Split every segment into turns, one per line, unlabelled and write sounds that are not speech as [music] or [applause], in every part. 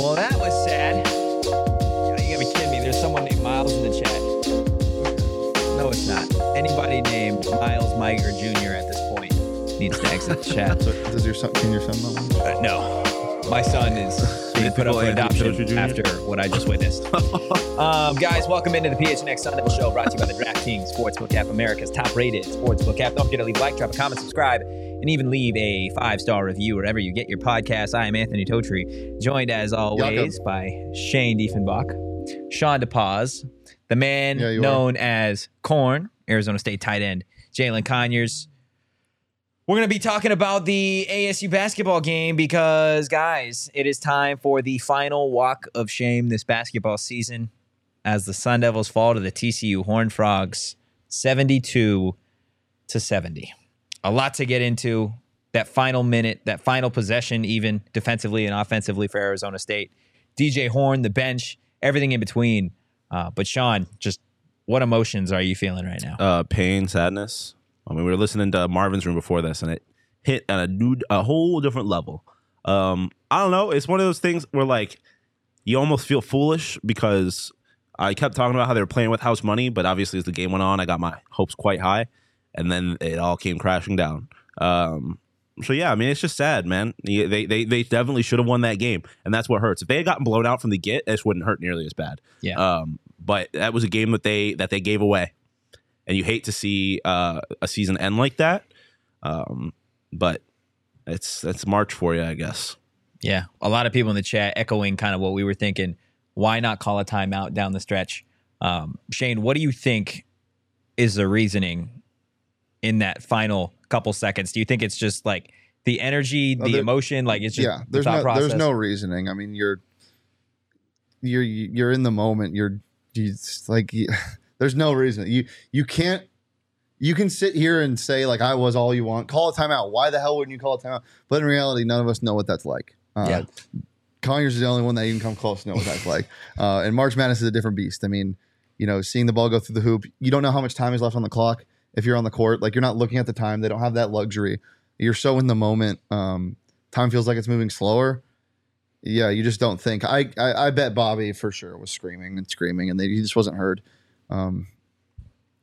Well, that was sad. Yeah, You gotta be kidding me. There's someone named Miles in the chat. No, it's not. Anybody named Miles Meiger Jr. at this point needs to exit the chat.
So does your son? Can your son know? one?
Uh, no, my son is being
Is
put up for
Anthony Petrucci
adoption
Jr.?
after what I just witnessed. um, guys, welcome into the PHNX Sun Devil Show brought to you by the DraftKings Sportsbook app, America's top rated sportsbook app. Don't forget to leave a like, drop a comment, subscribe, and even leave a five star review wherever you get your podcast. I am Anthony Totri, joined as always by Shane Diefenbach, Sean DePaz, the man
Yeah, you are.
known as Corn, Arizona State tight end, Jalen Conyers. We're going to be talking about the ASU basketball game because, guys, it is time for the final walk of shame this basketball season as the Sun Devils fall to the TCU Horned Frogs 72 to 70. A lot to get into. That final minute, that final possession, even defensively and offensively for Arizona State. DJ Horn, the bench, everything in between. Uh, but, Sean, just what emotions are you feeling right now?
uh, pain, sadness. I mean, we were listening to Marvin's room before this, and it hit on a new, a whole different level. Um, I don't know. It's one of those things where like you almost feel foolish because I kept talking about how they were playing with house money, but obviously as the game went on, I got my hopes quite high, and then it all came crashing down. Um, so yeah, I mean, it's just sad, man. Yeah, They they they definitely should have won that game, and that's what hurts. If they had gotten blown out from the get, this wouldn't hurt nearly as bad.
Yeah.
Um, but that was a game that they that they gave away, and you hate to see uh, a season end like that. Um, but it's that's March for you, I guess.
Yeah, a lot of people in the chat echoing kind of what we were thinking. Why not call a timeout down the stretch? Um, Shane, what do you think is the reasoning in that final couple seconds? Do you think it's just like the energy,
No,
the
there-
emotion, like it's just
yeah.
the
There's
thought
no
process?
there's no reasoning. I mean, you're you're you're in the moment. You're you it's like you, [laughs] there's no reason. You you can't. You can sit here and say like I was all you want. Call a timeout. Why the hell wouldn't you call a timeout? But in reality, none of us know what that's like. Uh,
Yeah.
Conyers is the only one that even come close to know what
[laughs]
that's like. Uh, and March Madness is a different beast. I mean, you know, seeing the ball go through the hoop, you don't know how much time is left on the clock if you're on the court. Like you're not looking at the time. They don't have that luxury. You're so in the moment. Um, time feels like it's moving slower. Yeah, you just don't think. I I, I bet Bobby for sure was screaming and screaming, and they, he just wasn't heard. Um,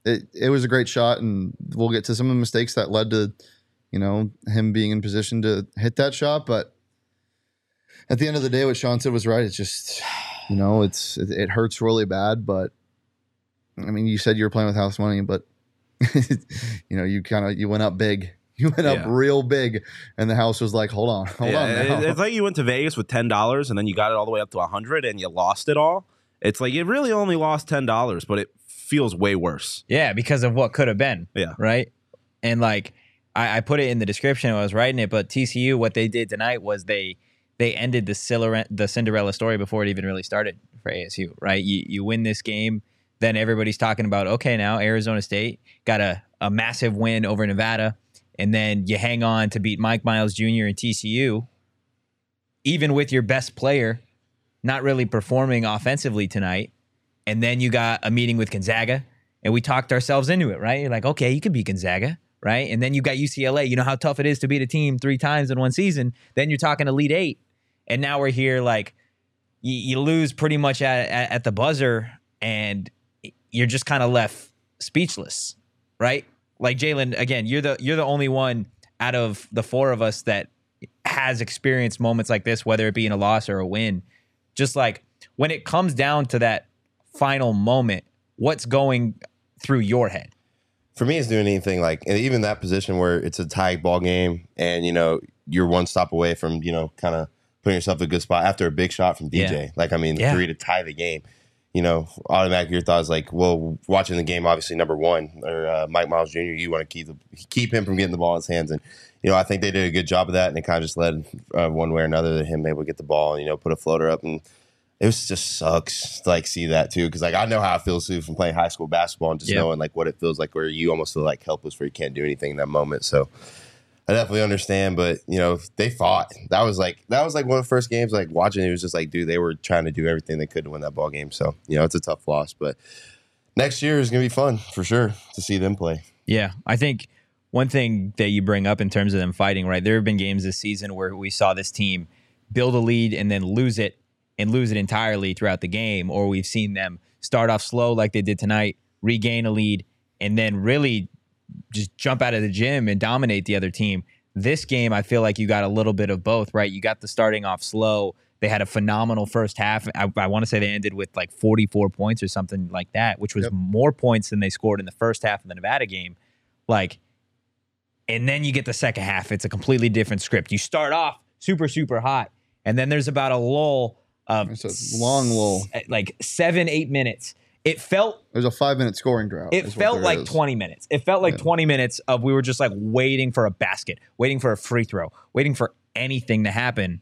it it was a great shot, and we'll get to some of the mistakes that led to, you know, him being in position to hit that shot. But at the end of the day, what Sean said was right. It's just, you know, it's it, it hurts really bad. But I mean, you said you were playing with house money, but [laughs] you know, you kind of you went up big. You went up
Yeah.
real big, and the house was like, "Hold on, [laughs] hold
Yeah,
on."
it-
now."
it's like you went to Vegas with ten dollars and then you got it all the way up to a hundred and you lost it all. It's like you really only lost ten dollars, but it feels way worse.
Yeah, because of what could have been.
Yeah.
Right. And like I, I put it in the description when I was writing it, but TCU, what they did tonight was they they ended the Cinderella, the Cinderella story before it even really started for ASU. Right. You you win this game, then everybody's talking about okay now Arizona State got a a massive win over Nevada, and then you hang on to beat Mike Miles Jr. and TCU, even with your best player not really performing offensively tonight. And then you got a meeting with Gonzaga, and we talked ourselves into it, right? You're like, okay, you could beat Gonzaga, right? And then you got UCLA. You know how tough it is to beat a team three times in one season. Then you're talking Elite Eight, and now we're here like you, you lose pretty much at, at, at the buzzer, and you're just kind of left speechless, right? Like Jalen, again, you're the you're the only one out of the four of us that has experienced moments like this, whether it be in a loss or a win. Just like when it comes down to that final moment, what's going through your head?
for me, it's doing anything like and even that position where it's a tie ball game and you know you're one stop away from you know kind of putting yourself in a good spot after a big shot from DJ. Like I mean,
Yeah.
three to tie the game. You know, automatically your thoughts like, well, watching the game, obviously number one or uh, Mike Miles Jr. You want to keep the, keep him from getting the ball in his hands, and you know I think they did a good job of that, and it kind of just led uh, one way or another to him able to get the ball and you know put a floater up and it was just sucks to like see that too because like I know how it feels too from playing high school basketball and just
Yeah.
knowing like what it feels like where you almost feel like helpless where you can't do anything in that moment. So I definitely understand, but you know they fought. That was like that was like one of the first games like watching. It was just like dude, they were trying to do everything they could to win that ball game. So you know it's a tough loss, but next year is gonna be fun for sure to see them play.
Yeah, I think one thing that you bring up in terms of them fighting, right? There have been games this season where we saw this team build a lead and then lose it and lose it entirely throughout the game, or we've seen them start off slow like they did tonight, regain a lead, and then really just jump out of the gym and dominate the other team. This game, I feel like you got a little bit of both, right? You got the starting off slow. They had a phenomenal first half. I, I want to say they ended with like 44 points or something like that, which was more points than they scored in the first half of the Nevada game. Like, and then you get the second half. It's a completely different script. You start off super, super hot, and then there's about a lull of
It's a long lull.
s- eh, like seven, eight minutes. It felt
There's a five minute scoring drought.
it
is what
felt
there
like
is.
20 minutes. It felt like
Yeah.
20 minutes of we were just like waiting for a basket, waiting for a free throw, waiting for anything to happen.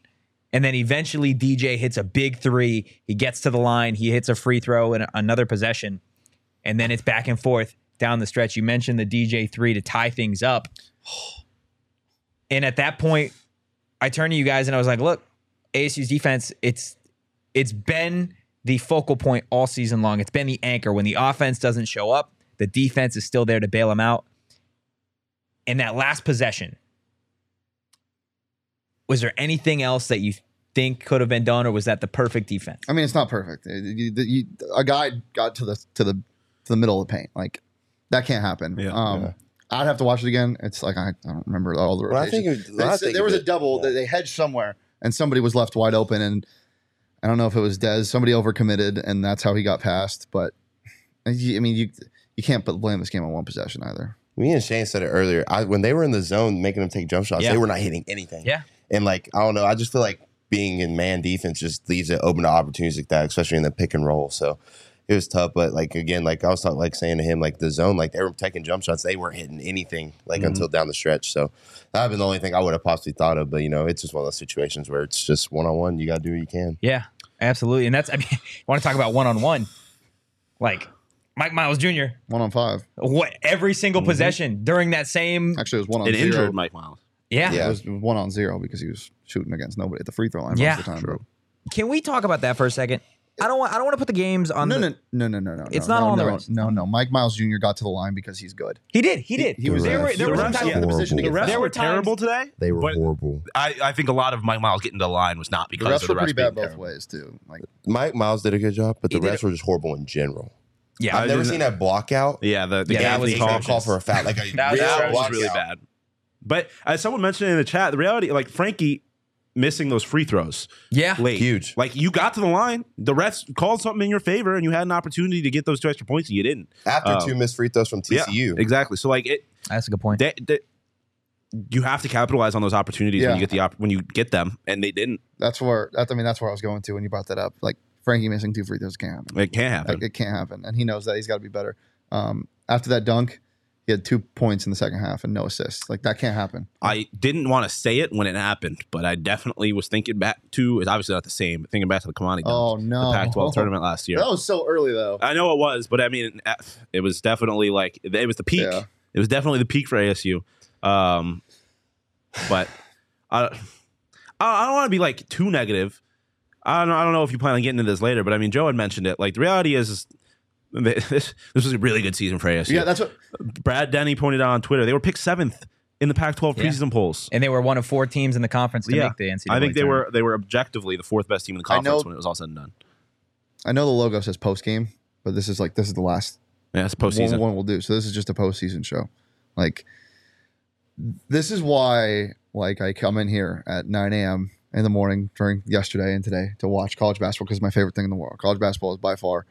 And then eventually DJ hits a big three. He gets to the line. He hits a free throw and another possession. And then it's back and forth down the stretch. You mentioned the DJ three to tie things up. And at that point, I turned to you guys and I was like, look, ASU's defense, it's it's been the focal point all season long. It's been the anchor. When the offense doesn't show up, the defense is still there to bail them out. In that last possession, was there anything else that you think could have been done, or was that the perfect defense?
I mean, it's not perfect. It- you- you- you- a guy got to the to the to the middle of the paint. Like that can't happen.
Yeah.
um,
Yeah.
I'd have to watch it again. It's like I, I don't remember all the.
Well, I
rotations.
think it-
They
I
said
think
there was
it-
a double
yeah.
that they hedged somewhere, and somebody was left wide open. And I don't know if it was Dez. Somebody overcommitted, and that's how he got past. But I I mean, you you can't put- blame this game on one possession either.
Me and Shane said it earlier. I, when they were in the zone making them take jump shots,
Yeah.
they were not hitting anything.
Yeah.
And like, I don't know. I just feel like being in man defense just leaves it open to opportunities like that, especially in the pick and roll. So it was tough. But like again, like I was talking, like saying to him, like the zone, like they were taking jump shots, they weren't hitting anything like
Mm-hmm.
until down the stretch. So that would have been the only thing I would have possibly thought of. But you know, it's just one of those situations where it's just one on one. You gotta do what you can.
Yeah, absolutely. And that's, I mean, [laughs] you want to talk about one on one? Like Mike Miles Jr.,
One on five.
what every single possession during that same.
Actually, it was one on
It
zero.
injured Mike Miles.
Yeah.
It was one on zero because he was shooting against nobody at the free throw line
Yeah.
most of the time.
True.
Can we talk about that for a second? I don't want, I don't want to put the games on
No,
the,
no, no, no, no, no.
It's
no,
not
no,
all on the
no,
refs.
No, no. Mike Miles Jr. got to the line because he's good.
He did. He did.
he was
there
there.
were, there
The
were some
refs-
times
yeah. The refs
There
were,
were times-
terrible today.
They were
But-
horrible.
I, I think a lot of Mike Miles getting to the line was not
The
because
refs
of the
were pretty
being
bad both
terrible.
ways too. Like
Mike Miles did a good job, but the
He did
refs were just horrible in general.
Yeah.
I
I've never
didn't-
seen that block out.
Yeah, the, the
Yeah, that
Gaffney
was
call,
call, call for a foul. Like a
That was-
real
that
[laughs] that was
block
really
out.
bad. But as someone mentioned in the chat, the reality, like Frankie missing those free throws
yeah.
late,
Huge.
Like you got to the line, the refs called something in your favor, and you had an opportunity to get those two extra points, and you didn't.
after
Um,
two missed free throws from TCU.
Yeah, exactly. So like it,
That's a good point.
that, that- you have to capitalize on those opportunities
Yeah.
when you get the op- when you get them, and they didn't.
that's where that, I mean that's where I was going to when you brought that up. Like Frankie missing two free throws can't happen.
It can't happen.
Like it can't happen, and he knows that he's got to be better. Um, after that dunk, he had two points in the second half and no assists. Like that can't happen.
I didn't want to say it when it happened, but I definitely was thinking back to. It's obviously not the same, but thinking back to the Kamani.
Oh no!
the Pac-12 tournament last year.
That was so early though.
I know it was, but I mean, eh, it was definitely like it was the peak.
Yeah.
It was definitely the peak for ASU. Um, but I, I I don't want to be like too negative. I don't, I don't know if you plan on getting into this later, but I mean, Joe had mentioned it. Like the reality is, is that [laughs] this this was a really good season for ASU.
Yeah, that's what.
Brad Denny pointed out on Twitter they were picked seventh in the Pac-12
Yeah.
preseason polls.
and they were one of four teams in the conference to
Yeah.
make the NCAA.
I think they
tournament.
were they were objectively the fourth best team in the
I know-
conference when it was all said and done.
I know the logo says post game, but this is like this is the last
Yeah, it's
one,
postseason.
one we'll do. So this is just a postseason show. Like this is why like I come in here at 9 a.m. in the morning during yesterday and today to watch college basketball because it's my favorite thing in the world. College basketball is by far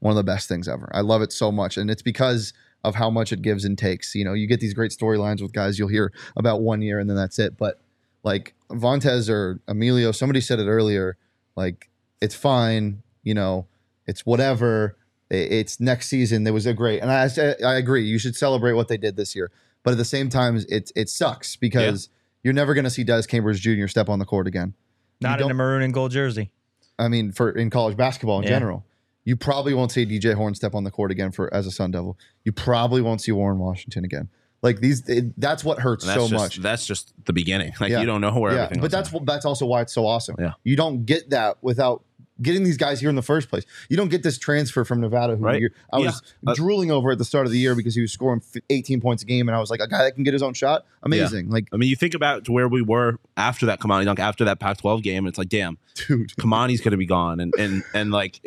one of the best things ever. I love it so much, and it's because of how much it gives and takes. You know, you get these great storylines with guys you'll hear about one year and then that's it. But like Vontez or Emilio, somebody said it earlier. Like it's fine, you know, it's whatever. It- It's next season. There was a great, and I I agree. You should celebrate what they did this year. But at the same time, it it sucks because you're never going to see Des Cambridge Jr. step on the court again. You
Not in
don't-
a maroon and gold jersey.
I mean, for in college basketball in
Yeah.
general, you probably won't see DJ Horn step on the court again for as a Sun Devil. You probably won't see Warren Washington again. Like these, it, that's what hurts
And that's
so
just,
much.
That's just the beginning. [laughs] Like
Yeah.
you don't know where
yeah,
everything.
but
else
that's wh- that's also why it's so awesome.
Yeah.
you don't get that without getting these guys here in the first place. You don't get this transfer from Nevada who
Right.
you're- I
Yeah.
was
Uh,
drooling over at the start of the year because he was scoring f- 18 points a game, and I was like, a guy that can get his own shot, amazing. Like,
I mean, you think about where we were after that Kamani dunk, after that Pac-12 game. It's like, damn,
[laughs] dude,
Kamani's gonna be gone, and and and
[laughs]
like,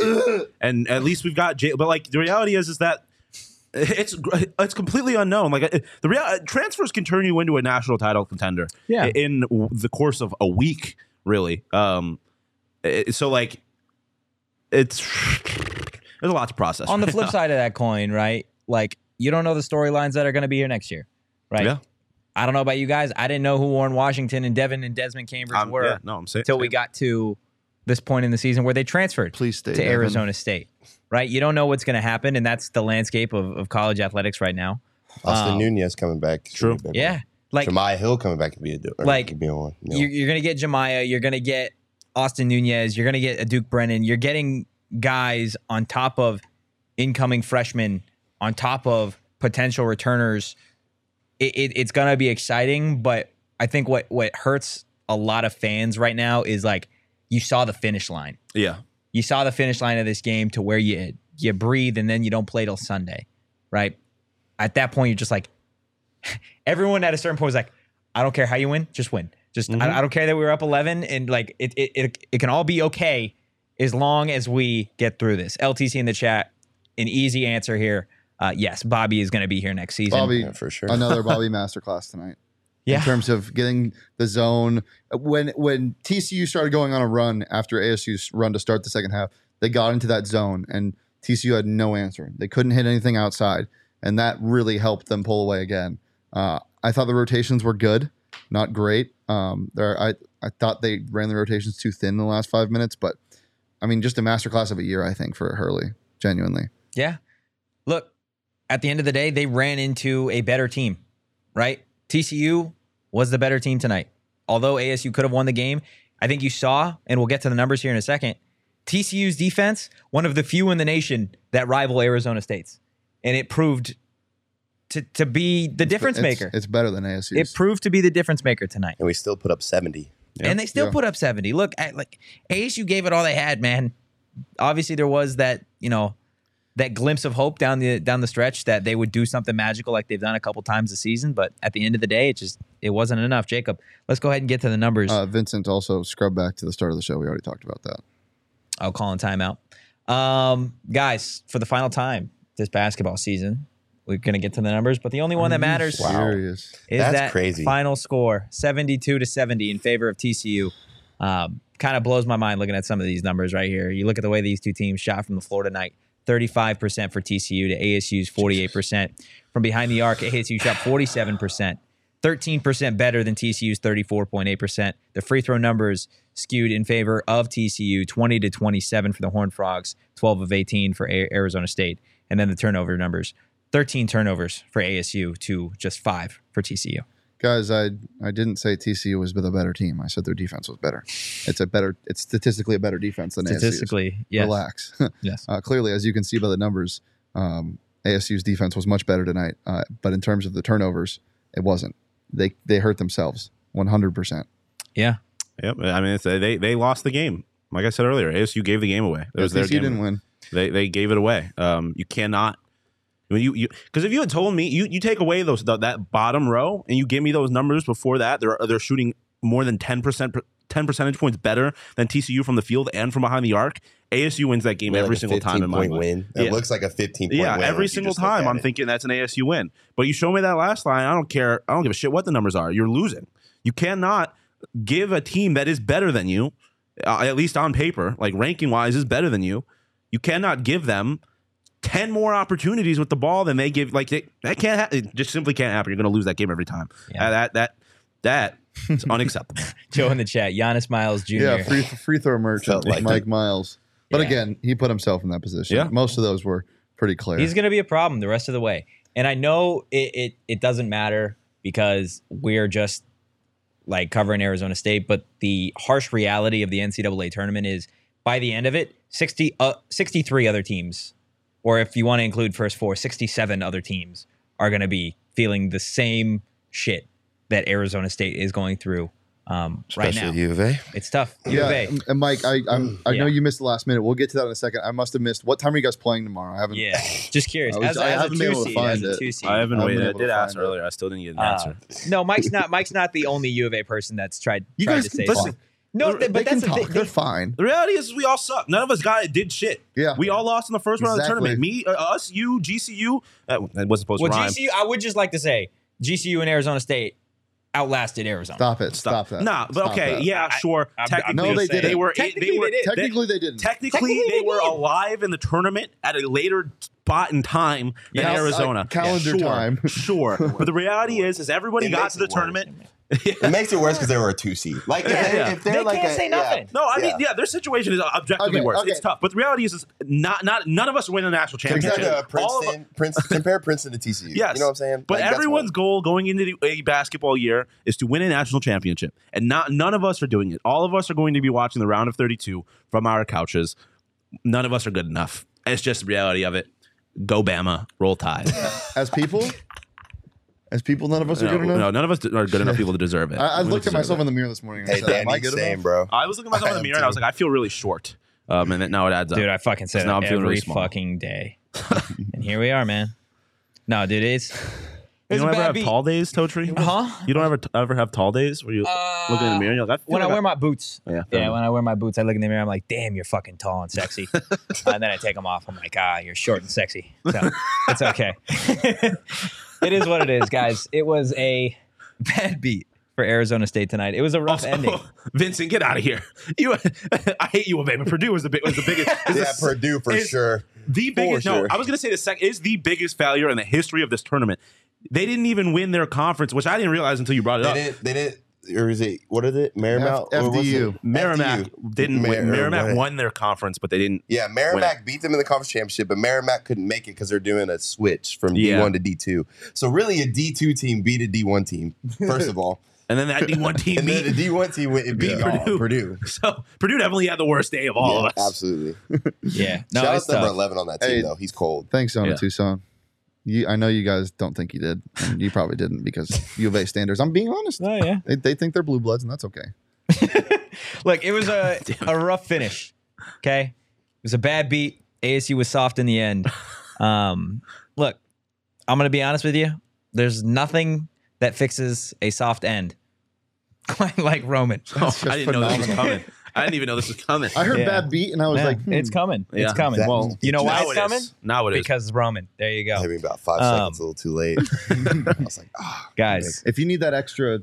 and at least we've got Jay. But like, the reality is, is that [laughs] it's it's completely unknown. Like, it- the real transfers can turn you into a national title contender.
Yeah.
in the course of a week, really. Um, it- so like, it's [sighs] there's a lot to process.
On the
right
flip
[laughs] now.
side of that coin, right? Like you don't know the storylines that are going to be here next year, right?
Yeah.
I don't know about you guys. I didn't know who Warren Washington and Devin and Desmond Cambridge
I'm-
were
Um, yeah, no, I'm saying
until we got to this point in the season where they transferred
please stay
to
Devin.
Arizona State, right? You don't know what's going to happen, and that's the landscape of, of college athletics right now.
Austin
Um,
Nunez coming back.
True.
Yeah, like
Jemiah Hill coming back to be a do- or
Like,
to be a one. you know.
you're, you're going to get Jemiah, you're going to get Austin Nunez, you're going to get a Duke Brennan. You're getting guys on top of incoming freshmen, on top of potential returners. It, it, it's going to be exciting, but I think what what hurts a lot of fans right now is like you saw the finish line.
yeah.
You saw the finish line of this game to where you you breathe and then you don't play till Sunday, right? At that point, you're just like, [laughs] everyone at a certain point was like, I don't care how you win, just win. Just I, I don't care that we were up 11 and like it it, it it can all be okay as long as we get through this. LTC in the chat, an easy answer here. Uh, yes, Bobby is going to be here next season.
Bobby,
Yeah, for sure.
[laughs]
another Bobby masterclass tonight.
yeah,
in terms of getting the zone. When when TCU started going on a run after ASU's run to start the second half, they got into that zone and TCU had no answer. They couldn't hit anything outside, and that really helped them pull away again. Uh, I thought the rotations were good, not great. Um, there, I I thought they ran the rotations too thin in the last five minutes, but I mean, just a masterclass of a year, I think, for Hurley. Genuinely,
Yeah. Look, at the end of the day, they ran into a better team, right? TCU was the better team tonight. Although ASU could have won the game, I think you saw, and we'll get to the numbers here in a second. TCU's defense, one of the few in the nation that rival Arizona State's. And it proved to, to be the difference
It's-
maker.
It's better than ASU.
it proved to be the difference maker tonight.
and we still put up 70.
And they still
Yeah.
put up 70. Look, I, like ASU gave it all they had, man. Obviously there was that, you know, that glimpse of hope down the down the stretch that they would do something magical like they've done a couple times this season, but at the end of the day it just it wasn't enough. Jacob, let's go ahead and get to the numbers.
uh, Vincent also scrubbed back to the start of the show. We already talked about that.
I'll call in timeout. Um, guys, for the final time this basketball season, we're going to get to the numbers, but the only one that matters
Wow.
Serious.
is
That's
that
crazy.
final score 72 to 70 in favor of TCU. Um, kind of blows my mind looking at some of these numbers right here. You look at the way these two teams shot from the floor tonight 35% for TCU to ASU's 48%. From behind the arc, ASU shot 47%. 13% better than TCU's 34.8%. The free throw numbers skewed in favor of TCU 20 to 27 for the Horned Frogs, 12 of 18 for A- Arizona State. And then the turnover numbers 13 turnovers for ASU to just five for TCU.
guys i i didn't say tcu was the better team i said their defense was better it's a better it's statistically a better defense than ASU's.
Statistically, yes.
relax [laughs]
Yes.
uh, clearly as you can see by the numbers um, asu's defense was much better tonight uh, but in terms of the turnovers it wasn't they they hurt themselves 100%
Yeah.
Yep. I mean, it's, uh, they they lost the game. Like I said earlier, ASU gave the game away. It was their
tcu
game.
didn't win
They they gave it away. Um, you cannot. I mean, you you because if you had told me you you take away those th- that bottom row and you give me those numbers before that, they're they're shooting more than ten percent 10 percentage points better than TCU from the field and from behind the arc, ASU wins that game
Like
every
a
single time in
15
my
point
mind.
win. It
Yeah.
looks like a 15 point
Yeah,
win.
every
if you
single
just look
time
at
I'm
it.
thinking that's an ASU win. But you show me that last line, I don't care. I don't give a shit what the numbers are. You're losing. You cannot give a team that is better than you, uh, at least on paper, like ranking wise, is better than you. You cannot give them ten more opportunities with the ball than they give. Like they, that can't. Ha- it just simply can't happen. You're going to lose that game every time.
Yeah.
Uh, that that that is unacceptable.
Joe in the chat, Giannis Miles Jr.
Yeah, free free throw merchant
Felt like
Mike
it.
Miles. But
Yeah.
again, he put himself in that position.
Yeah.
Most of those were pretty clear.
He's going to be a problem the rest of the way. And I know it, it it doesn't matter because we're just like covering Arizona State, but the harsh reality of the NCAA tournament is by the end of it, 60 uh, 63 other teams or if you want to include first four, 67 other teams are going to be feeling the same shit that Arizona State is going through um, right now.
Especially U of A.
It's tough. U
yeah,
of A.
and- and Mike, I I'm, I know
Mm, Yeah.
you missed the last minute. We'll get to that in a second. I must have missed. What time are you guys playing tomorrow? I haven't.
Yeah, just curious.
I was-
As,
I
as a
haven't been
two
able to
seed, as
find
a
it.
two seed.
[laughs] I haven't
I've
waited.
been
I
able
did
to
ask
find it.
earlier. I still didn't get an
Ah,
Uh,
answer.
No, Mike's not. Mike's not the only U of A person that's tried.
You
tried
guys
to
can
say
talk.
something. No,
They're-
th- but
they can
that's the
talk.
thing.
They're fine.
The reality is, we all suck. None of us got did shit.
Yeah.
we all lost in the first round of the
Exactly.
tournament. Me, uh, us, you, GCU. That, uh, that wasn't supposed
Well,
to rhyme.
GCU. I would just like to say GCU and Arizona State outlasted Arizona.
Stop it. Stop, that.
Nah, but
Stop
okay,
that.
yeah, sure.
I'm- I'm
technically,
No, they
they,
didn't.
were.
Technically,
they were.
they did.
Technically, they didn't.
Technically,
Technically,
they
they
were
did.
alive in the tournament at a later spot in time than
Yeah.
Arizona.
Uh, calendar
sure,
time.
[laughs] sure. But the reality is, is everybody
It
got
makes
to the
it worse.
tournament.
It makes it worse because they were a two seed. Like if, they,
Yeah.
if they're
They
like
can't
a,
say
yeah.
nothing.
No, I mean,
Yeah.
yeah, their situation is objectively
Okay,
worse.
okay.
It's tough, but the reality is, is not not none of us win a national
Compare
championship.
to
All of us-
uh, Princeton,
[laughs]
Princeton, compare Princeton to TCU.
Yes.
You know what I'm saying?
But
Like, that's
everyone's
what-
goal going into the a basketball year is to win a national championship. And not none of us are doing it. All of us are going to be watching the round of 32 from our couches. None of us are good enough. It's just the reality of it. Go Bama, roll tide.
[laughs] As people, as people, none of us are
no,
good enough.
no, none of us are good enough people to deserve
[laughs]
it.
I, I
We
looked at
deserve
myself
it.
in the mirror this morning. And I
Hey,
said, Am I
Danny,
good
same,
enough?
bro.
I was looking
[laughs]
at myself in the
am
mirror and I was
too.
like, I feel really short. Um, and then now it adds up.
dude, I fucking said
Now I'm
it
feeling really
every
small.
fucking day, and here we are, man. No, dude, it's
you
it's a
don't ever
bad
have
beat.
tall days, Toe Tree?
Huh?
You don't ever ever have tall days where you look in the mirror and you're like, I feel
Uh-huh. Uh, when I
like
wear my boots.
Yeah, fair enough.
when I wear my boots, I look in the mirror. I'm like, damn, you're fucking tall and sexy. and then I take them off. I'm like, ah, you're short and sexy. So it's okay. [laughs] it is what it is, guys. It was a bad beat for Arizona State tonight. It was a rough
Also, [laughs]
ending.
Oh, Vincent, get out of here. You, [laughs] I hate you, Obama. Purdue was the big, was the biggest. is
yeah,
the s-
Purdue for
is
sure.
The biggest. No,
sure.
I was gonna say the second is the biggest failure in the history of this tournament. They didn't even win their conference, which I didn't realize until you brought it
They
up.
didn't. They didn't. Or is it what is it? Marymount.
F-
Or what's
FDU.
it?
Merrimack
FDU.
didn't win.
Mer-
Merrimack
right.
won their conference, but they didn't.
Yeah, Merrimack beat them in the conference championship, but Merrimack couldn't make it because they're doing a switch from
Yeah.
D1 to D2. So really, a D2 team beat a D1 team first of all,
And then that D one team
and then the
beat.
D1 team went and beat
Yeah. Purdue.
Purdue. Purdue.
[laughs] So Purdue definitely had the worst day of all
Yeah,
of us. [laughs]
Absolutely.
yeah. No,
Shout out
it's
to number
tough.
eleven on that team
Hey.
though. He's cold.
Thanks, Zona
Yeah.
Tucson. You, I know you guys don't think you did. And you probably didn't because U of A standards. I'm being honest.
Oh yeah.
They, they think they're blue bloods, and that's okay.
Look, it was a a rough finish. Okay, it was a bad beat. ASU was soft in the end. Um, look, I'm gonna be honest with you. There's nothing that fixes a soft end, [laughs] quite like Roman.
That's
[laughs] Oh, I
just
didn't know this was
phenomenal.
coming. I didn't even know this was coming.
I heard
Yeah.
bad beat, and I was
Yeah,
like, hmm.
it's coming.
Yeah.
It's coming.
That-
well, you know why
Now
it's
it
coming?
is. Now it is.
Because Roman. There you go,
Maybe about five
Um,
seconds, a little too late. I was like, ah,
guys.
if you need that extra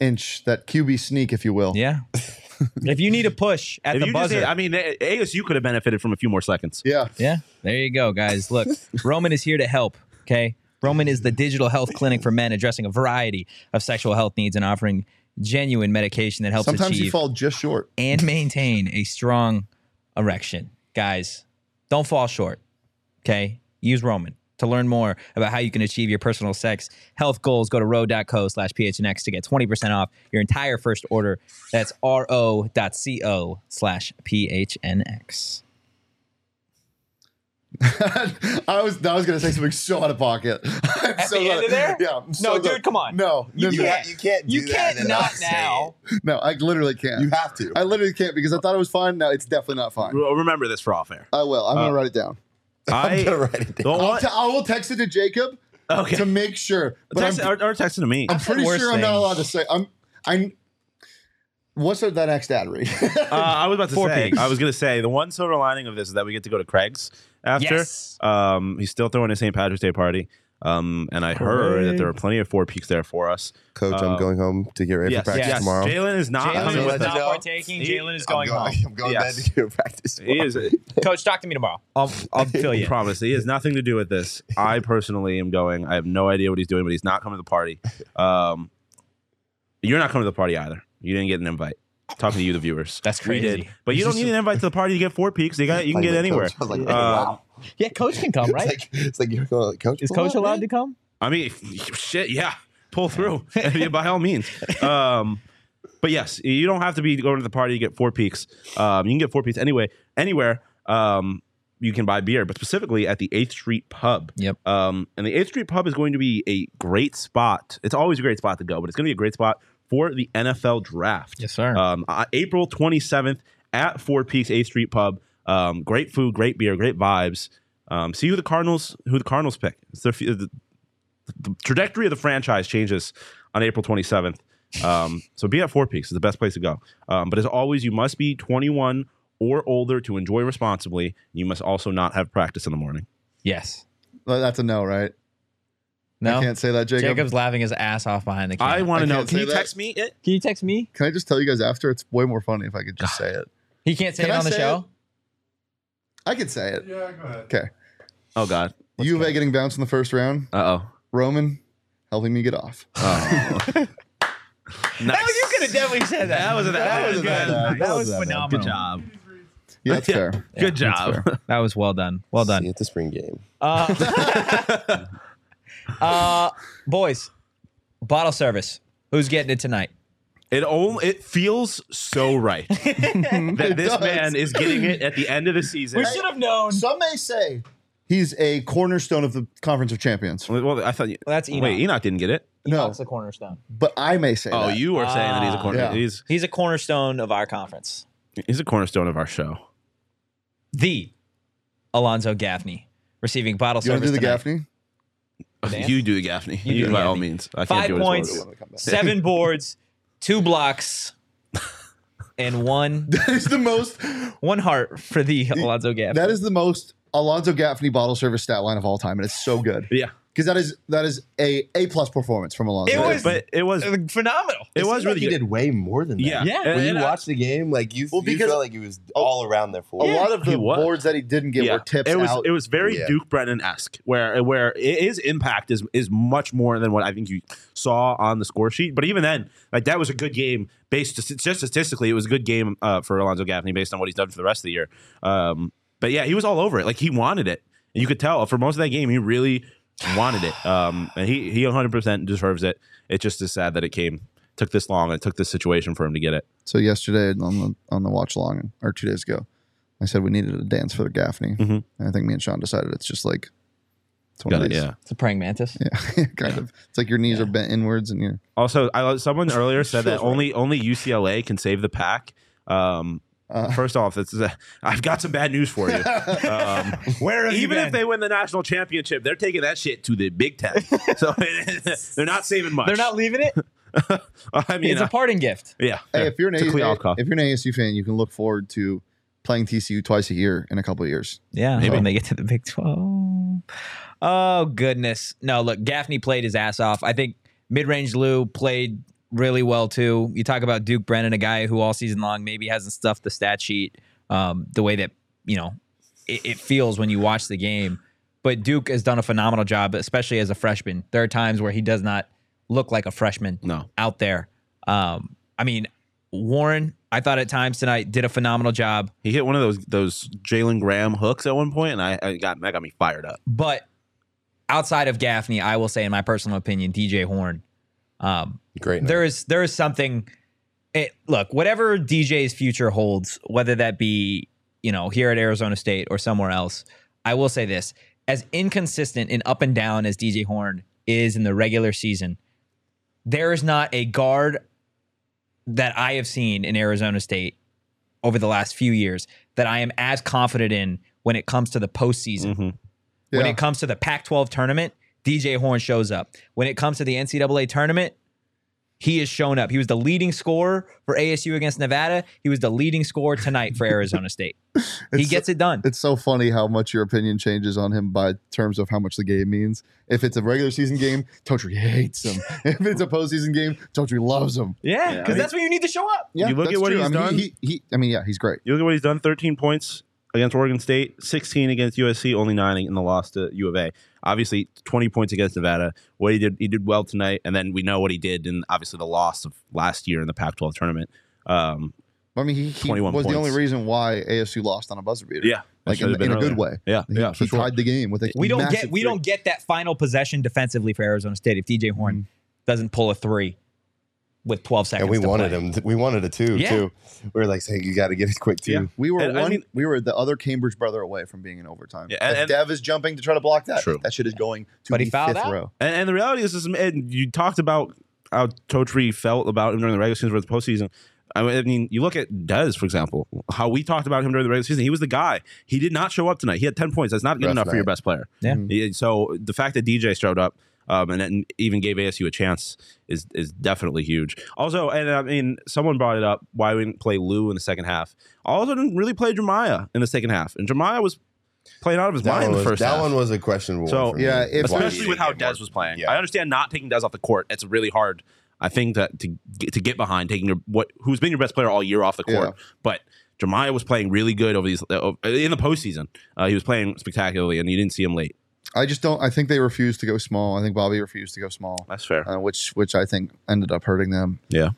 inch, that QB sneak, if you will.
[laughs]
Yeah. if you need a push at
If
the
you just
buzzer,
hit- I mean, A- ASU could have benefited from a few more seconds.
Yeah.
Yeah, there you go, guys. Look, Roman is here to help. Okay, Roman is the digital health clinic for men, addressing a variety of sexual health needs and offering genuine medication that helps
Sometimes you
achieve
fall just short. [laughs]
and maintain a strong erection. Guys, don't fall short. Okay, use Roman. To learn more about how you can achieve your personal sex health goals, go to ro.co slash phnx to get 20% off your entire first order. That's ro.co slash phnx.
I was I was gonna say something so out of pocket. [laughs] I'm
At
so
the end
glad-
of there?
Yeah. I'm so
No,
glad-
dude, come on.
No, no,
you,
no,
can't, you can't. Do
You
that
can't
and
not
say
now.
no, I literally
it.
can't.
You have to.
I literally can't because I thought it was fine. Now it's definitely not fine.
Re- Remember this for off air.
I will. I'm
Uh,
gonna write it down.
I
gonna [laughs] write it down.
don't
I'll
want
te- I will text it to Jacob
okay.
to make sure. But
Text,
I'm,
or, or text it to me.
I'm pretty
worse
sure I'm not
things.
allowed to say. I'm. I. What's that next ad read? [laughs]
Uh, I was about to
Four
say.
pigs.
I was gonna say the one silver lining of this is that we get to go to Craig's after.
Yes.
Um, he's still throwing his St. Patrick's Day party. Um, and I heard that there are plenty of four peaks there for us.
Coach,
Uh,
I'm going home to get ready
yes,
for practice
yes.
tomorrow.
Jalen is not
Jalen
coming
I'll
is
with
let
not
us.
you know.
partaking.
He-
Jalen is going
I'm going,
home.
[laughs] I'm going
Yes.
back to get practice.
He is.
Coach, talk to me tomorrow. I'll, I'll fill
[laughs] I
you.
promise. He has nothing to do with this. I personally am going. I have no idea what he's doing, but he's not coming to the party. Um, you're not coming to the party either. You didn't get an invite. Talking to you, the viewers.
That's
We
crazy.
did. But you don't need an invite to the party to get four peaks. You got. You can
I
get
was
anywhere.
Coach, I was like,
Um,
wow.
Yeah, coach can come,
It's [laughs]
right?
like, it's like you're going, Coach.
Is
pull
coach
up,
allowed
man.
to come?
I mean, if- shit, yeah, pull through Yeah, by all means. Um, but yes, you don't have to be going to the party to get four peaks. Um, you can get four peaks anyway, anywhere. Um, you can buy beer, but specifically at the Eighth Street Pub.
Yep.
Um, and the Eighth Street Pub is going to be a great spot. It's always a great spot to go, but it's going to be a great spot for the NFL draft.
Yes, sir.
Um, uh, April 27th at Four Peaks 8th Street Pub. Um, great food, great beer, great vibes. Um, see who the Cardinals who the Cardinals pick. It's their, the, the trajectory of the franchise changes on April 27th. Um, [laughs] so be at Four Peaks is the best place to go. Um, but as always, you must be 21 or older to enjoy responsibly. You must also not have practice in the morning.
yes.
Well, That's a no, right? I
No.
can't say that, Jacob.
Jacob's laughing his ass off behind the camera.
I want to
I
know.
can't
Can
say
you
that.
text me it?
Can you text me?
Can I just tell you guys after? It's way more funny if I could just say it.
He can't say
Can
it
I
on the
say
show.
I could say it. Yeah, go ahead. Okay.
Oh God.
U of A getting bounced in the first round.
Uh oh.
Roman helping me get off.
Nice.
could have Oh, definitely said that.
That was a-
[laughs]
that was a-
good.
that
That
was
was
a-
phenomenal.
Good job.
Yeah,
[laughs]
that's fair.
Good
That's
job. [laughs]
fair.
That was well done. Well
See you
done.
at the spring game.
Uh, boys, bottle service. Who's getting it tonight?
It only it feels
[laughs]
so right that this
does.
man is getting it at the end of the season.
have known.
Some may say he's a cornerstone of the Conference of Champions,
well, I thought you,
Well, that's Enoch.
wait Enoch didn't get it.
No.
That's the cornerstone.
but I may say
Oh,
that.
you are saying that he's a corner.
Ah. Yeah.
He's
He's a cornerstone of our conference.
he's a cornerstone of our show.
The Alonzo Gaffney receiving bottle
You want
service.
to do the
tonight.
Gaffney?
Dance?
You do Gaffney. You,
You do
by
Gaffney.
all means. I
Five
can't do it. as well as
points,
you.
seven
[laughs]
boards, two blocks, and
[laughs]
one
[laughs] That is the most.
one heart for the Alonzo Gaffney.
That is the most Alonzo Gaffney bottle service stat line of all time, and it's so good
Yeah,
because that is that is a A plus performance from Alonzo.
It was-
but it was
Uh, phenomenal.
it was really
he
good.
did way more than that.
Yeah,
Yeah.
And-
When you
and I- Oh,
watched the game, like you,
Well,
you
because-
felt like he was all around there for
a
you.
lot of
he
the
was.
boards that he didn't get were tips
It was
out.
it was very
Yeah.
Duke Brennan esque, where where i- his impact is is much more than what I think you saw on the score sheet. But even then, like that was a good game based just statistically, it was a good game uh, for Alonzo Gaffney based on what he's done for the rest of the year. Um, but yeah, he was all over it. Like he wanted it. And you could tell for most of that game, he really wanted it. Um, and he he 100 percent deserves it. It just is sad that it came took this long and it took this situation for him to get it.
So yesterday on the on the watch along or two days ago, I said we needed a dance for Gaffney,
Mhm.
and I think me and Sean decided it's just like it's one
Got
of
it.
these.
Yeah.
It's a praying mantis.
[laughs] Yeah, kind of. It's like your knees are bent inwards and you're.
Also, I love-
[laughs]
someone earlier said that only only UCLA can save the pack. Um,
Uh.
first off, this is a, I've got some bad news
[laughs]
for you. Um,
Where
even if they win the national championship, they're taking that shit to the Big Ten. So [laughs] they're not saving much.
they're not leaving it,
[laughs] I mean,
it's
uh,
a parting gift.
yeah.
Hey, if you're an
It's a
ASU,
Kleofka.
if you're an ASU fan, you can look forward to playing TCU twice a year in a couple of years.
Yeah,
Maybe.
when they get to the Big 12. Oh, goodness. No, look, Gaffney played his ass off. I think mid range Lou played really well, too. You talk about Duke Brennan, a guy who all season long maybe hasn't stuffed the stat sheet um, the way that, you know, it, it feels when you watch the game. But Duke has done a phenomenal job, especially as a freshman. There are times where he does not look like a freshman
No.
out there. Um, I mean, Warren, I thought at times tonight did a phenomenal job.
He hit one of those those Jalen Graham hooks at one point, and I, I got that got me fired up.
But outside of Gaffney, I will say, in my personal opinion, DJ Horn. Um,
Great.
there is there is something. It, look, whatever DJ's future holds, whether that be you know here at Arizona State or somewhere else, I will say this: as inconsistent and up and down as DJ Horn is in the regular season, there is not a guard that I have seen in Arizona State over the last few years that I am as confident in when it comes to the postseason when
Yeah.
it comes to the Pac 12 tournament, DJ Horn shows up. When it comes to the NCAA tournament, He has shown up. He was the leading scorer for ASU against Nevada. He was the leading scorer tonight for Arizona
[laughs]
State. he
It's-
gets it done.
It's so funny how much your opinion changes on him by terms of how much the game means. If it's a regular season game, Totri hates him. [laughs] if it's a postseason game, Totri loves him.
Yeah,
Yeah, I
because
mean-
that's when you need to show up.
Yeah,
You look
that's
at what
true.
he's
I mean,
done.
He, he- I mean, yeah, he's great.
You look at what he's done 13 points against Oregon State, 16 against USC, only nine in the loss to U of A. Obviously, 20 points against Nevada. What he did, he did well tonight. And then we know what he did in obviously the loss of last year in the Pac 12 tournament. Um,
I mean, he, he
21
was the only
points.
reason why ASU lost on a buzzer beater.
yeah.
like
That should
in,
have been
in a good
earlier.
way.
Yeah.
He,
yeah. For
he
sure.
tied the game with a
We don't
massive
get we
three.
don't get that final possession defensively for Arizona State if DJ Horn
Mm-hmm.
doesn't pull a three with 12 seconds.
And we
to
wanted
play.
him. We wanted a two
Yeah.
too. We were like, "Hey, you got to get a quick two.
Yeah.
We were
And I
one.
mean-
we were the other Cambridge brother away from being in overtime.
Yeah, and-
if
and-
Dev is jumping to try to block that,
True.
that shit is going to
But
the
he fouled
fifth
out.
row.
And, and the reality is, is and you talked about how Totri felt about him during the regular season versus the postseason. I mean- I mean, you look at Dez, for example, how we talked about him during the regular season. He was the guy. He did not show up tonight. He had 10 points. That's not good
Rough
enough for
night.
your best player.
Yeah.
He- So the fact that DJ showed up um, and then even gave ASU a chance is is definitely huge. Also, and I mean, someone brought it up why we didn't play Lou in the second half. Also, didn't really play Jeremiah in the second half. And Jeremiah was playing out of his
That,
mind
one
in
was,
the first
that
half
one was a questionable.
So,
one for me.
yeah, if-
Why he
especially
didn't
with how
get more-
Dez was playing.
Yeah.
I understand not taking Dez off the court. It's really hard. I think that to get, to get behind taking your what who's been your best player all year off the court, but. Jeremiah was playing really good over these uh, in the postseason. Uh, he was playing spectacularly, and you didn't see him late.
I just don't. I think they refused to go small. I think Bobby refused to go small,
That's fair.
uh, which which I think ended up hurting them.
Yeah,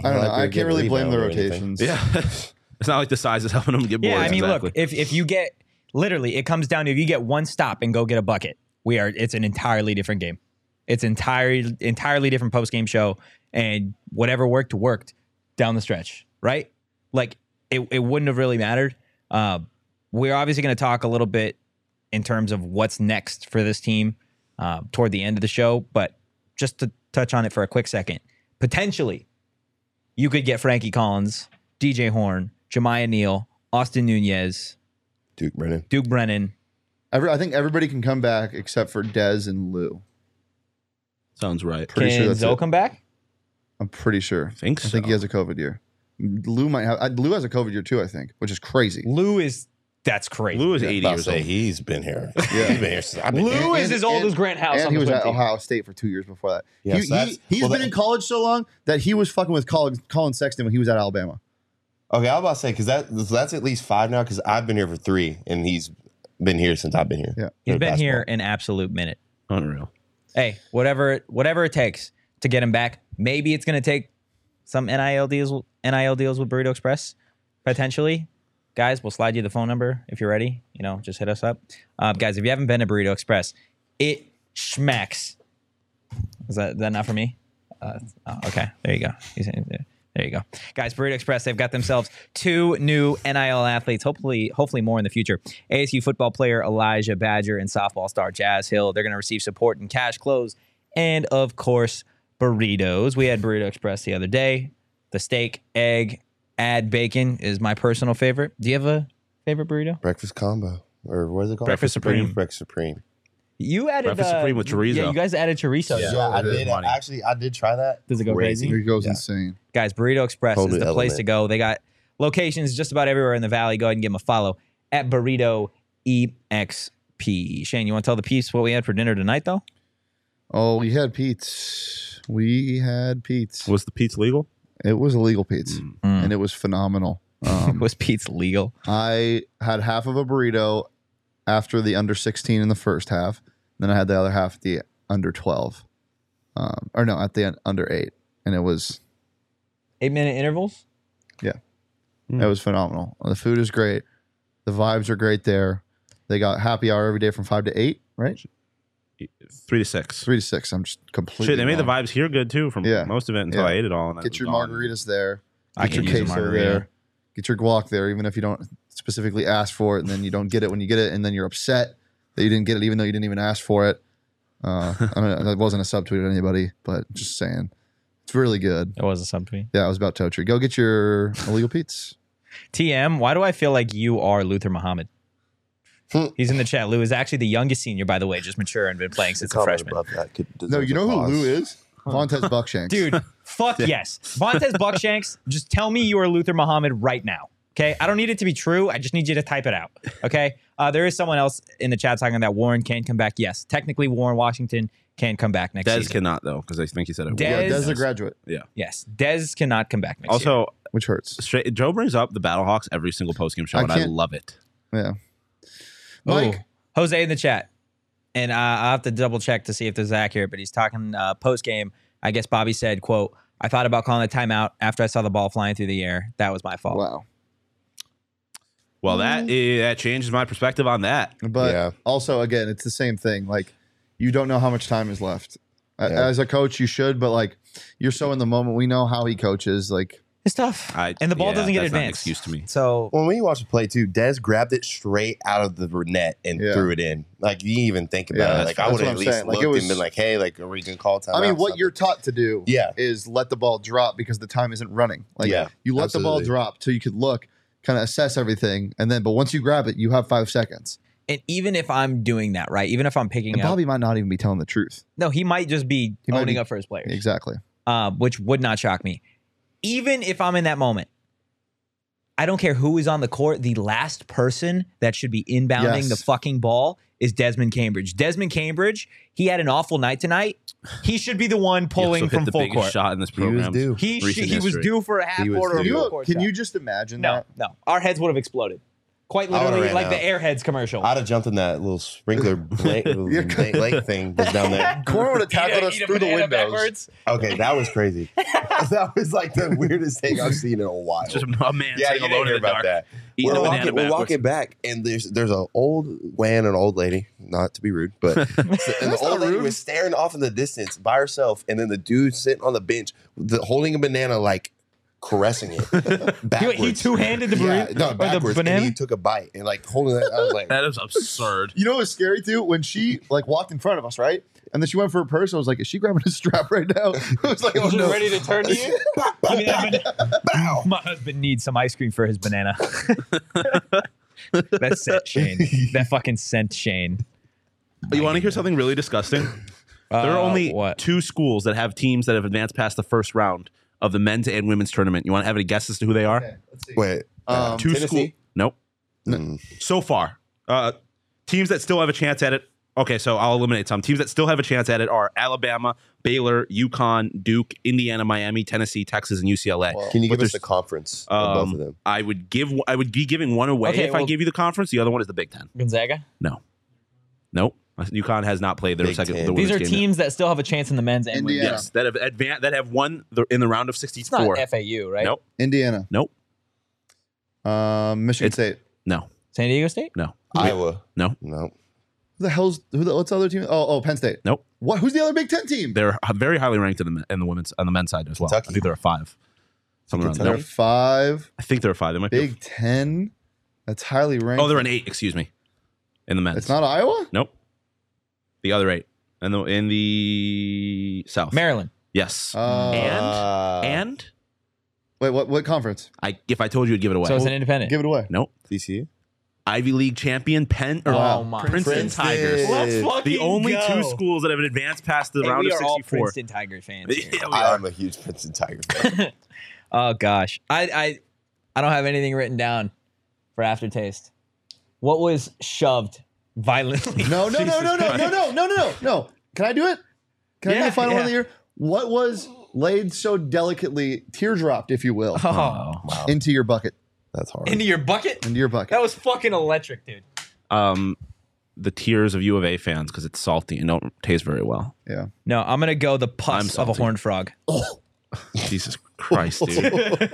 I don't
Not
know.
like we
I
were
can't really
getting
blame the
rebound or anything.
rotations.
yeah. [laughs] it's not like the size is helping him get boards.
Yeah, I mean,
exactly.
look, if if you get literally, it comes down to if you get one stop and go get a bucket, we are it's an entirely different game. It's entirely entirely different post game show, and whatever worked worked down the stretch, right? Like it it wouldn't have really mattered. Uh, we're obviously going to talk a little bit in terms of what's next for this team uh, toward the end of the show, but just to touch on it for a quick second, potentially you could get Frankie Collins, DJ Horn, Jemiah Neal, Austin Nunez,
Duke Brennan.
Duke Brennan.
Every, I think everybody can come back except for Dez and Lou.
sounds right.
Pretty
Can
sure that's
Zoe
it.
come back?
I'm pretty sure.
I think so.
I think he has a COVID year. Lou might have. I, Lou has a COVID year too. I think, which is crazy.
Lou is that's crazy.
Lou is
I was
eighty
about to
years
say
old.
he's been here.
[laughs]
Yeah, he's been here since I've been
Lou
here.
is as old as Grant House.
And
on
he
the
was
swim
at
team.
Ohio State for two years before that.
Yeah,
he,
so that's-
has
well,
been
that-
in college so long that he was fucking with Colin, Colin Sexton when he was at Alabama.
Okay, I was about to say because that so that's at least five now because I've been here for three and he's been here since I've been here.
Yeah.
He's
For
been
basketball.
here an absolute minute.
Unreal.
Hey, whatever it- whatever it takes to get him back. Maybe it's gonna take some NIL deals NIL deals with Burrito Express, potentially. Guys, we'll slide you the phone number if you're ready. You know, just hit us up. Uh, guys, if you haven't been to Burrito Express, it smacks. Is that, is that not for me? Uh, oh, okay, there you go. He's in there. There you go, guys. Burrito Express. They've got themselves two new NIL athletes. Hopefully, hopefully more in the future. ASU football player Elijah Badger and softball star Jazz Hill. They're going to receive support in cash, clothes, and of course burritos. We had Burrito Express the other day. The steak, egg, add bacon is my personal favorite. Do you have a favorite burrito?
Breakfast combo or what is it called?
Breakfast Supreme. Supreme.
Breakfast Supreme.
You added uh,
Breakfast Supreme with chorizo.
Yeah, you guys added chorizo.
Yeah,
Yeah.
I
good
did.
money.
Actually, I did try that.
Does it go crazy?
He goes insane.
guys burrito express
Totally
is the place
element.
to go they got locations just about everywhere in the valley go ahead and give them a follow at burrito exp shane you want to tell the peeps what we had for dinner tonight though
Oh, we had Pete's. We had Pete's.
Was the pizza legal?
It was illegal Pete's,
Mm.
and it was phenomenal.
[laughs]
Um,
was pete's legal
I had half of a burrito after the under 16 in the first half. Then I had the other half at the under 12. Um, or no, at the un- under 8. And it was
eight minute intervals
Hmm.
it was phenomenal. The food is great. The vibes are great there. They got happy hour every day from 5 to 8, right?
Three to six.
3 to 6. I'm just completely
Shit, they made the
wrong.
vibes here good too from
Yeah.
most of it until
Yeah.
I ate it all. And I
Get
was
your
gone.
margaritas there.
I
Get your
could use a
queso
margarita.
there. Get your guac there, even if you don't specifically ask for it, and then you don't get it when you get it, and then you're upset that you didn't get it, even though you didn't even ask for it.
[laughs]
Uh, I don't know, that wasn't a subtweet at anybody, but just saying, it's really good.
it was a subtweet
Yeah, I was about Totri. Go get your illegal Pete's.
tm why do i feel like you are luther muhammad he's in the chat lou is actually the youngest senior by the way just mature and been playing since a freshman
Above that could
No, you know who Lou is? Vontez Buckshanks.
[laughs]
Dude, fuck yes. Vontez Buckshanks, just tell me you are Luther Muhammad right now. Okay. I don't need it to be true. I just need you to type it out. Okay. Uh, there is someone else in the chat talking that Warren can come back. Yes. Technically, Warren Washington can come back next
Dez
season.
cannot though because I think he said it.
Dez-
yeah, Dez
was.
is a graduate,
yeah.
yes. Dez cannot come back next year.
Also,
which hurts.
straight, Joe brings up the Battlehawks every single postgame show,
I
and I
can't-
love it.
Yeah.
Ooh,
Mike,
Jose in the chat. And uh, I'll have to double check to see if this is accurate, but he's talking uh, post game. I guess Bobby said, quote, I thought about calling a timeout after I saw the ball flying through the air. That was my fault.
wow.
Well,
Mm.
that is, that changes my perspective on that.
But
Yeah.
also, again, it's the same thing. Like, you don't know how much time is left. A-
Yeah.
As a coach, you should, but like, you're so in the moment. We know how he coaches. Like,
It's tough.
I-
and the ball
yeah,
doesn't get
that's not an
advanced.
excuse to me.
So
Well, when you watch the play too, Dez grabbed it straight out of the net and
Yeah.
threw it in. Like you didn't even think
Yeah,
about it.
that's-
Like I
that's
would
what
have
I'm
at least
saying. Like,
looked
it was-
and been like, "Hey, like are we gonna call time?"
I mean, what you're taught to do
Yeah.
is let the ball drop because the time isn't running. Like,
Yeah,
you let the ball
absolutely.
drop till you could look, kind of assess everything. And then, but once you grab it, you have five seconds.
and even if I'm doing that, right? Even if I'm picking
And
up,
Bobby might not even be telling the truth.
no, he might just be
He might
owning
be-
up for his players,
Exactly.
uh, which would not shock me. Even if I'm in that moment, I don't care who is on the court. The last person that should be inbounding
Yes.
the fucking ball is Desmond Cambridge. Desmond Cambridge, he had an awful night tonight. He should be the one
He
pulling
also hit
from
the
full
biggest
court.
shot in this
He was
program.
due.
He sh-
Recent
he was
history.
due for a half
He was
quarter. of
due.
a
You-
full court
can
shot.
you just imagine
No,
that?
no. Our heads would have exploded. Quite
I would've
literally,
ran
like the
out.
Airheads commercial.
I'd have jumped in that
[laughs]
little sprinkler lake, lake, lake thing that's down there.
[laughs]
Corn would have
Eat a-
tackled us
eat a
through the
banana
windows.
backwards.
Okay, that was crazy. [laughs] that was like the weirdest thing I've seen in a while.
Just a man
yeah, you
sitting
didn't
alone in
hear
the
about
dark.
that.
eating
we're
a banana
walking, we're
backwards.
walking back, and there's there's an old man and an old lady. Not to be rude,
[laughs]
but and the old lady was staring off in the distance by herself, and then the dude sitting on the bench, the, holding a banana, like
[laughs]
caressing it
He,
backwards.
he two-handed the,
yeah,
burrito-
no,
or
backwards,
the banana.
and he took a bite and like holding it. I
[laughs]
was like,
That is absurd.
You know what's scary too? When she like walked in front of us, right? And then she went for her purse. I was like, is she grabbing a strap right now? [laughs] I was like, oh
Is it
no.
ready to turn to you? I mean,
[laughs]
I've been- My husband needs some ice cream for his [laughs] banana. that sent Shane. That fucking sent Shane.
You want to hear something really disgusting? There are
Uh,
only
what?
two schools that have teams that have advanced past the first round of the men's and women's tournament. You want to have any guesses as to who they are?
wait,
Um,
two
Tennessee?
school. Nope. So far, uh, teams that still have a chance at it. Okay, so I'll eliminate some teams that still have a chance at it are Alabama, Baylor, UConn, Duke, Indiana, Miami, Tennessee, Texas, and UCLA.
can you
But
give us
there's-
the conference of
Um,
both of them?
I would give. I would be giving one away
Okay,
if I
well-
gave you the conference. The other one is the Big Ten.
Gonzaga.
No, nope. UConn has not played their
Big
second.
Ten.
The
These
women's
are
game yet.
teams that still have a chance in the men's and women's.
Indiana.
Yes, that have advanced, that have won the, in the round of
It's not
sixty-four.
FAU, right?
Nope.
Indiana,
Nope.
um, Michigan
It's-
State.
No.
San Diego State.
No.
Iowa,
No.
no,
Who the hell's who? The, what's the other team? Oh, oh, Penn State.
Nope.
What? Who's the other Big Ten team?
They're h- very highly ranked in the men- in the women's on the men's side as well. I
Kentucky.
think there are five. Something around
There
there.
are five
I think there are five. They might be.
Big Ten. That's highly ranked.
Oh, they're an eight. Excuse me. In the men's.
It's not Iowa.
Nope. The other eight. And the in the south.
Maryland.
Yes.
Uh,
And-
Uh,
and
wait, what? What conference?
I, if I told you, I'd give it away.
So it's an independent.
Give it away.
nope.
TCU.
Ivy League champion Penn or
Oh,
uh,
my.
Princeton,
Princeton.
Tigers.
Let's
The only two schools that have advanced past the
Hey,
round
we
of
are all
sixty-four.
Princeton Tiger fans.
[laughs] Oh, Yeah,
here.
we are.
I'm a huge Princeton Tiger fan.
oh gosh, I, I I don't have anything written down for aftertaste. What was shoved
[laughs]
violently? [laughs]
No, no, no, no, no, no, no, no, no, no, no. Can I do it? Can I do
Yeah,
the final one
yeah.
of the year? What was laid so delicately, teardropped, if you will,
Oh,
into your bucket?
That's hard.
into your bucket?
Into your bucket.
That was fucking electric, dude.
um, the tears of U of A fans because it's salty and don't taste very well.
Yeah.
No, I'm gonna go the
I'm
pus of a
salty.
horned
[laughs]
frog.
Jesus Christ,
[laughs]
dude!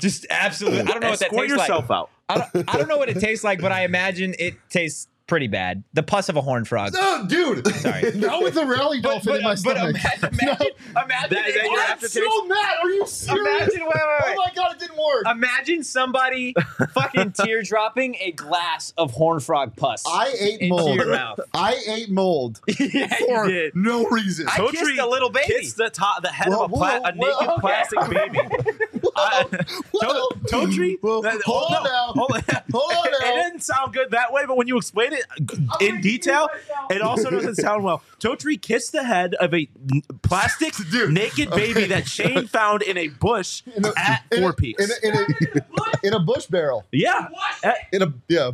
Just absolutely. I don't know what that
Escort
tastes
yourself
like.
out.
I don't, I don't know what it tastes like, but I imagine it tastes pretty bad. The pus of a horned frog.
Oh, dude! [laughs]
Sorry.
Not with the rally
But,
dolphin
but,
in my
uh, but
stomach. [laughs]
imagine, imagine, imagine,
That- is that your
I'm
aftertaste?
so
mad. Are you serious?
Imagine, wait, wait, wait.
Oh my god, it didn't work.
Imagine somebody
[laughs]
fucking teardropping a glass of horn frog pus.
I ate
into
mold.
your mouth.
I ate mold
[laughs] yeah,
for
did.
no reason.
I kissed a little baby.
Kissed the top, the head
Well,
of a, pla-
well,
a
well, [laughs]
naked
okay.
plastic baby. I,
Well,
Toe- toe tree?
well,
That- oh,
hold
no,
on now.
hold on.
Hold on now.
[laughs] It doesn't sound good that way, but when you explain it g- in detail, it also doesn't sound well. Totri kissed the head of a n- plastic
[laughs] Dude.
naked baby that Shane found in a bush at
[laughs] in a-
Four Peaks.
in a, in, a, in a bush barrel.
yeah. Uh,
In a yeah.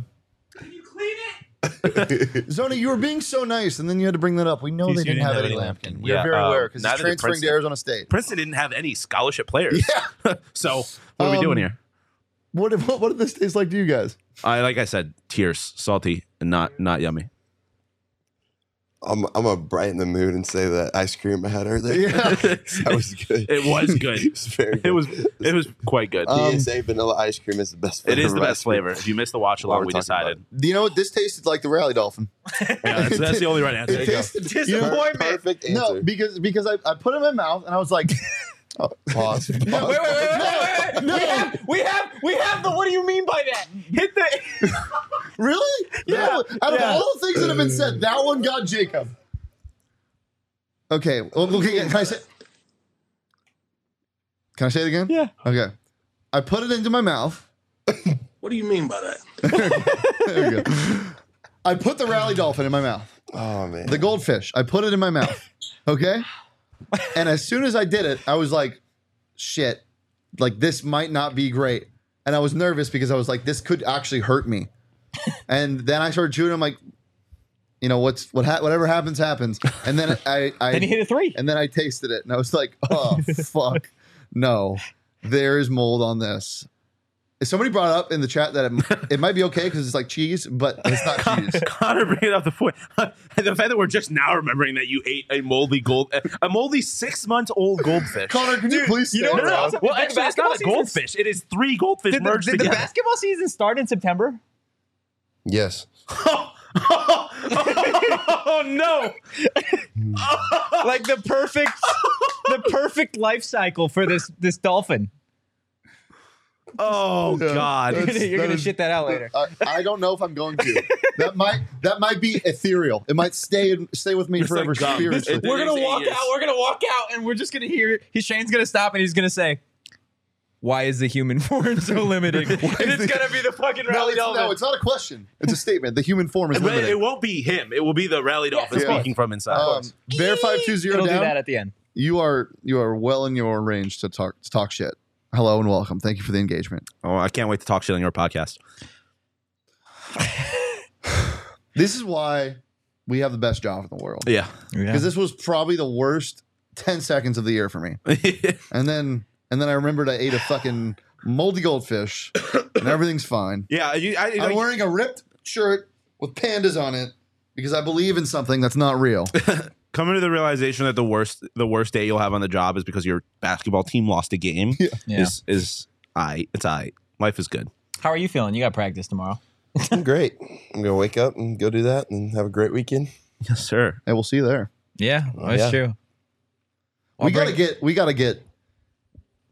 Can you clean it? Zona, you were being so nice, and then you had to bring that up. We know
Yes,
they
you
didn't,
didn't
have
have
any
any
Lampkin.
Lampkin.
We are
Yeah,
very
um,
aware because
neither
he's
did
transferring to
Princeton.
Arizona State.
[laughs] Princeton didn't have any scholarship players. so what are we
Um,
doing here?
[laughs] What, did- what what did this taste like to you
[laughs]
guys?
I like I said, tears, salty, and not not yummy.
I'm, I'm gonna brighten the mood and say that ice cream I had earlier.
Yeah.
[laughs] that was good.
It was good.
[laughs] it was very good.
It was it was quite good.
Um,
DSA vanilla ice cream is the best.
it
flavor
is
of
the
ice
best
cream.
flavor. If you missed the watch
While
along,
we're
we
talking about
decided.
Do you know what this tasted like? The rally dolphin.
Yeah, that's, that's the only right answer.
It tasted
Per-
Disappointment.
Perfect answer.
no because because I, I put it in my mouth and I was like, [laughs] oh, pause.
Wait, wait, wait, wait, wait, wait. We have, we have, we have the. What do you mean by that? Hit the.
Really?
Yeah.
That one- out of
Yeah. Uh.
all the things that have been said, that one got Jacob. Okay. Well, okay. Can I say? Can I say it again?
Yeah.
Okay. I put it into my mouth.
What do you mean by that?
[laughs] There we go. I put the rally dolphin in my mouth.
Oh man.
The goldfish. I put it in my mouth.
[laughs]
Okay. And as soon as I did it, I was like, shit, like this might not be great. And I was nervous because I was like, this could actually hurt me.
[laughs]
And then I started chewing. I'm like, you know, what's what ha- whatever happens, happens. And then I,
[laughs]
I
Then you hit a three.
[laughs] and then I tasted it and I was like, oh,
[laughs]
fuck. No, there is mold on this. Somebody brought up in the chat that it, it might be okay because it's like cheese, but it's not
[laughs]
cheese.
[laughs] Connor bringing up the point. [laughs] the fact that we're just now remembering that you ate a moldy gold, a moldy six month old goldfish.
Connor, can you please
you know
stand
what
up?
else happened?
well,
Did the
actually, it's
basketball
not a
season-
goldfish. It is three goldfish
Did, the,
merged
did the
together.
basketball season start in September?
yes.
[laughs] oh no!
[laughs] Like the perfect, the perfect life cycle for this this dolphin.
Oh god!
That's-
You're
that
gonna
is-
shit that out later.
I, I don't know if I'm going
[laughs]
to. That might that might be ethereal. It might stay stay with me
It's
forever
like gum.
spiritually.
It- it-
We're gonna
It's
walk
ages.
out. We're gonna walk out, and we're just gonna hear. He Shane's gonna stop, and he's gonna say, "Why is the human [laughs] form so
[laughs]
limiting?" and it's gonna be the fucking
no,
rally
it's,
dolphin.
no, it's not a question. It's a statement. The human form is
But it
limited.
won't be him. It will be the rally dolphin
of course.
speaking from inside.
Um, bear five two zero
It'll do that
down.
at the end.
You are you are well in your range to talk to talk shit. Hello and welcome. Thank you for the engagement.
oh, I can't wait to talk shit on your podcast.
This is why we have the best job in the world.
[laughs] Yeah.
Because this was probably the worst ten seconds of the year for me.
yeah,
And then and then I remembered I ate a fucking moldy goldfish and everything's fine.
you, I, you know,
I'm wearing a ripped shirt with pandas on it because I believe in something that's not
[laughs]
real.
coming to the realization that the worst the worst day you'll have on the job is because your basketball team lost
[laughs]
a game
Yeah.
is is I it's I life is good.
How are you feeling? You got practice tomorrow.
I'm great. I'm gonna wake up and go do that and have a great weekend.
Yes, sir.
and we'll see you there.
Yeah, that's
yeah.
true.
we
I'll
gotta
bring-
get. Oh, We gotta get.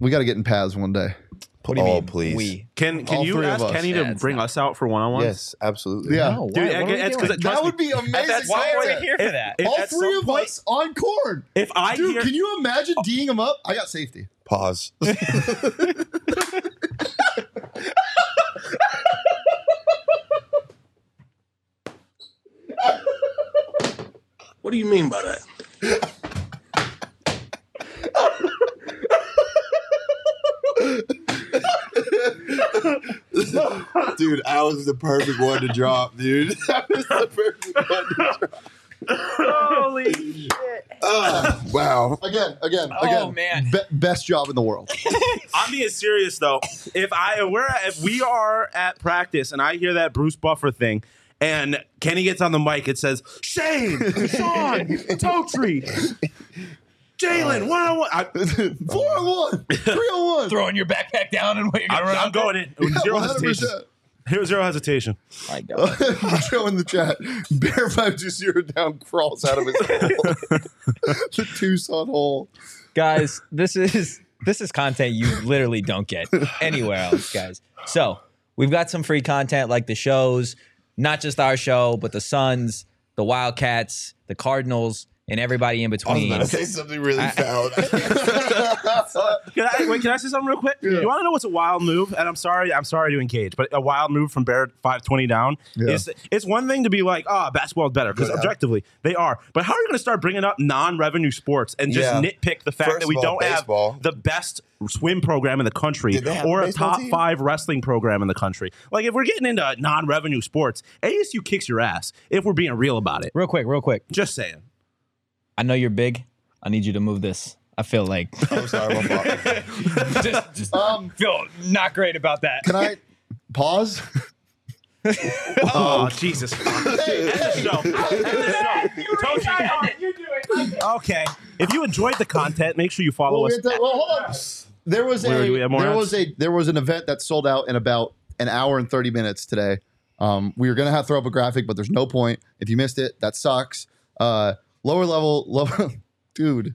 We gotta get in paths one day.
What do you
oh,
mean?
please.
We.
Can can
All
you
three of
ask
us.
Kenny
Yeah,
to
it's
bring
not-
us out for one on one?
Yes, absolutely.
Yeah.
No, Oh, why?
Dude, I-
What are we
that's 'cause
doing?
I-
that
trust
would be amazing.
that's
Why are
content.
we here for that?
If
All
at
three
some
of
point-
us on corn.
If I
Dude,
hear
can you imagine D'ing them up? I got safety.
Pause. [laughs]
What do you mean by that?
dude, I was the perfect one to drop, dude. [laughs] I was the perfect one to drop. Holy shit. Ah, wow.
Again, again,
Oh,
again.
man.
Be- best job in the
[laughs]
world. [laughs]
I'm being serious though. If I we're at- if we are at practice and I hear that Bruce Buffer thing. And Kenny gets on the mic and says,
[laughs]
Shane, Sean, Totri,
Uh,
Jalen, one on one. I- [laughs]
401, 301.
Throwing your backpack down and what you're gonna
I'm,
run
I'm
out
going [laughs] in. Zero hesitation.
100%.
Zero, [laughs] zero hesitation.
My God.
[laughs] Joe in the chat, Bear 520 down crawls out of
[laughs]
his hole. [laughs] the Tucson hole.
[laughs] guys, this is this is content you literally don't get anywhere else, guys. So we've got some free content like the shows, not just our show, but the Suns, the Wildcats, the Cardinals, and everybody in
I was
between.
about to say something really
I-
foul.
Can I wait? Can I say something real quick? You want to know what's a wild move? And I'm sorry, I'm sorry to engage, but a wild move from Barrett 520 down
Yeah.
is it's one thing to be like, ah, basketball's better because objectively they are. But how are you going to start bringing up non-revenue sports and just
Yeah.
nitpick the fact
First
that we
of all,
don't
baseball.
have the best swim program in the country
Did they have
or
a
a
baseball
top
team?
five wrestling program in the country? Like if we're getting into non-revenue sports, ASU kicks your ass if we're being real about it.
real quick, real quick.
Just saying.
I know you're big. I need you to move this. I feel like
I'm sorry, my fault.
just, just
Um,
feel not great about that.
Can I
[laughs]
pause?
Oh, Jesus. Hey, end the show. End the show. Told you. Okay. If you enjoyed the content, make sure you follow
Well, we
us.
had to- well, hold on. There was a
Wait, do we
there
have more ads?
was a there was an event that sold out in about an hour and thirty minutes today. Um, we were gonna have to throw up a graphic, but there's no point. If you missed it, that sucks. Uh, lower level, lower. [laughs] Dude,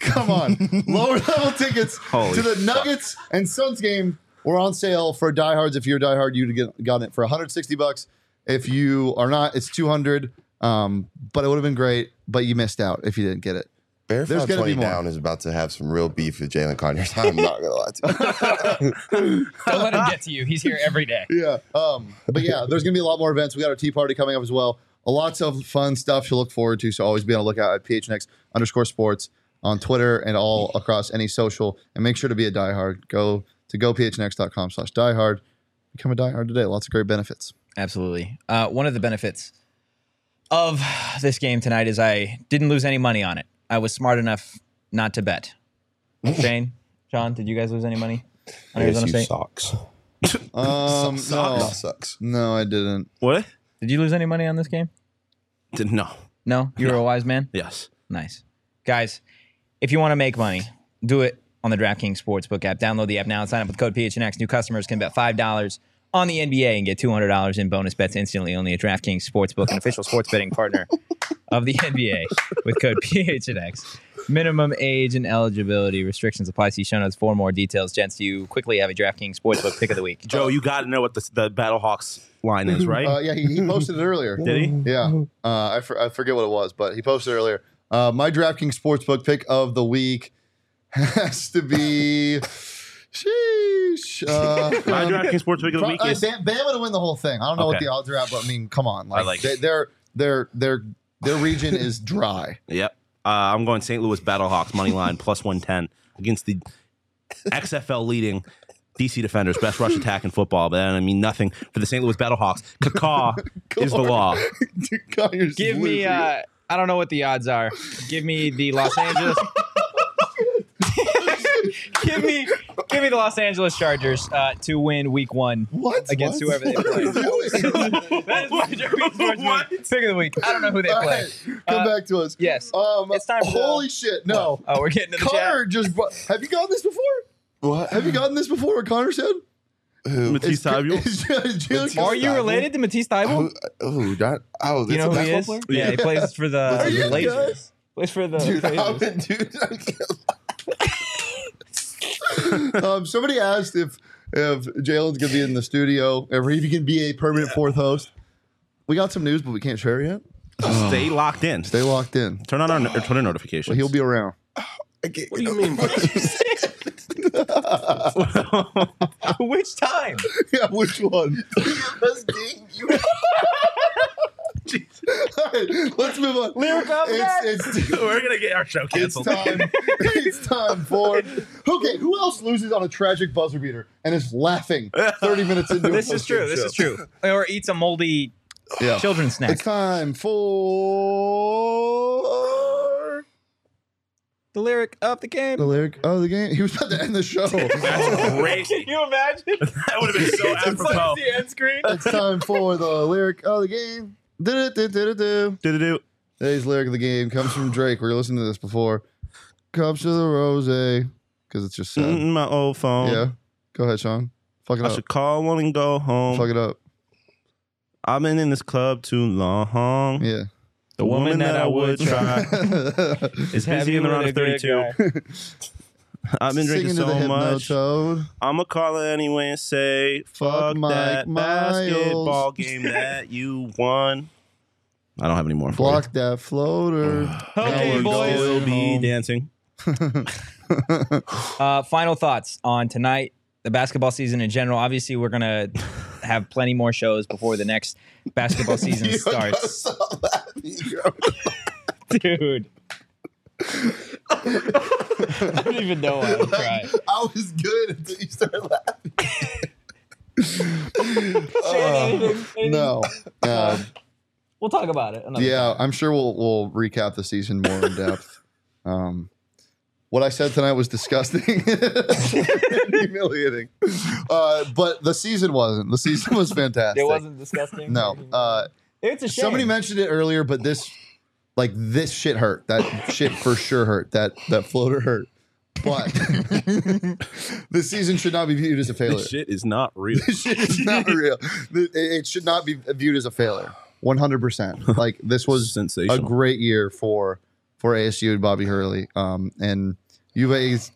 come
[laughs]
on! Lower level tickets
Holy
to the Nuggets and Suns game were on sale for diehards. If you're a diehard, you'd get gotten it for 160 bucks. If you are not, it's 200. Um, but it would have been great. But you missed out if you didn't get it.
Bear
There's
Found
gonna be
20
more.
down is about to have some real beef with Jalen Conyers. I'm not gonna lie to you.
Don't let him get to you. He's here every day.
yeah. Um, but yeah, there's gonna be a lot more events. We got our tea party coming up as well. Lots of fun stuff to look forward to. So always be on the lookout at phnx underscore sports on Twitter and all across any social. And make sure to be a diehard. Go to gophnx.com slash diehard. Become a diehard today. Lots of great benefits.
Absolutely. Uh, one of the benefits of this game tonight is I didn't lose any money on it. I was smart enough not to bet. Shane, John, did you guys lose any money on Arizona State?
socks.
Um, no,
sucks.
no, I didn't.
What?
Did you lose any money on this game?
Did- No.
No, you were a wise man.
Yes.
Nice. Guys, if you want to make money, do it on the DraftKings Sportsbook app. Download the app now and sign up with code PHNX. New customers can bet $5 on the NBA and get $200 in bonus bets instantly only at DraftKings Sportsbook, an official sports betting partner of the NBA with code PHNX. Minimum age and eligibility restrictions apply. See show notes for more details. Gents, you quickly have a DraftKings Sportsbook pick of the week.
Joe, you got to know what the, the Battlehawks line is, right?
Uh, yeah, he, he posted it
[laughs]
earlier.
Did he?
Yeah, uh, I, for, I forget what it was, but he posted earlier. Uh, my DraftKings sportsbook pick of the week [laughs] has to be. Sheesh. Uh,
[laughs] My
um,
DraftKings Sports Pick of the
pro-
Week
uh,
is
Bam, Bama to win the whole thing. I don't know what
Okay.
the odds are at, but I mean, come on, like,
like
they,
it.
their their their their region is
[laughs]
dry.
Yep. Uh, I'm going St. Louis Battlehawks money line plus 110 against the XFL leading DC Defenders, best rush attack in football. But I mean nothing for the St. Louis Battlehawks. Kaka is the law.
Dude, God, you're just
Give me,
losing it.
uh, I don't know what the odds are. Give me the
[laughs]
Los Angeles. [laughs] give me, give me the Los Angeles Chargers uh, to win Week One
[laughs] what
against
What?
whoever they
What are
play.
you
[laughs]
doing?
that is
[laughs]
my Jeremy Sports
What?
pick of the week. I don't know who they
All
play.
right, come
Uh,
back to us.
yes.
Um,
It's time for the-
holy shit! No.
Oh, we're getting to the chat.
Connor just brought, have you gotten this before?
What?
Have you gotten this before? What Connor said?
Matisse Thybulle.
[laughs] Is- is- is-
Are you related to Matisse Thybulle?
Oh, that. Oh, that's
You know
a
who he is?
basketball
Yeah, he plays for the,
[laughs] Are you
the Blazers.
guys-
Plays for the
Dude,
Blazers.
[laughs]
I've been, dude. I can't-
[laughs] um, somebody asked if if Jalen's gonna be in the studio or if he can be a permanent fourth host. We got some news, but we can't share it yet.
Stay locked in.
They locked in.
Turn on our or Twitter notifications.
He'll be around.
I can't-
What do you mean by that?
Which time?
yeah, which [laughs] one? All right, let's move on.
up
it's, it's,
[laughs] We're gonna get our show
it's
canceled.
time.
[laughs]
it's time for. Okay, who else loses on a tragic buzzer beater and is laughing thirty minutes into? a
This is true.
post-game
This
show?
is true. Or eats a moldy
Yeah.
children's snack.
It's time for
the lyric of the game.
the lyric of the game. He was about to end
[laughs]
the show.
That's crazy.
you [laughs] imagine?
That would have been so apropos.
the [laughs] end screen.
it's time for the lyric of the game. Do-do-do-do-do-do.
Do-do-do.
Today's lyric of the game comes from Drake. We were listening to this before. Cups of the rose, because it's just sad.
Mm-hmm.
Mm, My old phone.
Mm-hmm. Yeah, go ahead, Sean. Fuck it
I
up.
should call one and go home.
Fuck it up.
I've been in this club too long.
Yeah.
The woman, that, I would
[laughs]
try [laughs] is busy in the round of 32. [laughs] I've been drinking
Singing to the
so much.
Hypnotoad.
I'm gonna call her anyway and say,
Fuck
"Fuck
Mike
that
Miles."
[laughs] basketball game that you won." I don't have any more. for
Block that
[sighs]
floater.
you.
Okay,
We
boys.
will be
Home.
dancing.
Uh, final thoughts on tonight, the basketball season in general. Obviously, we're [laughs] gonna have plenty more shows before the next [laughs] basketball season [laughs]
You
starts,
saw that video.
[laughs]
dude. I don't even know why I'm crying.
I was good until you started
[laughs]
[laughs]
laughing.
Uh, no. Uh,
[laughs] We'll talk about it. another
yeah,
time.
I'm sure we'll we'll recap the season more
[laughs]
in depth. Um, what I said tonight was disgusting, [laughs] and humiliating. Uh, but the season wasn't. The season was
[laughs]
fantastic.
It wasn't disgusting.
No. Uh,
it's a shame.
somebody mentioned it earlier, but this, like this shit hurt. That shit for sure hurt. That that floater hurt. But [laughs] the season should not be viewed as a failure. [laughs]
This shit is not real.
This shit is not real. Th- It it should not be viewed as a failure. One hundred percent.
[laughs]
Like this was a
sensational.
great year for for ASU and Bobby Hurley. Um, and Juve's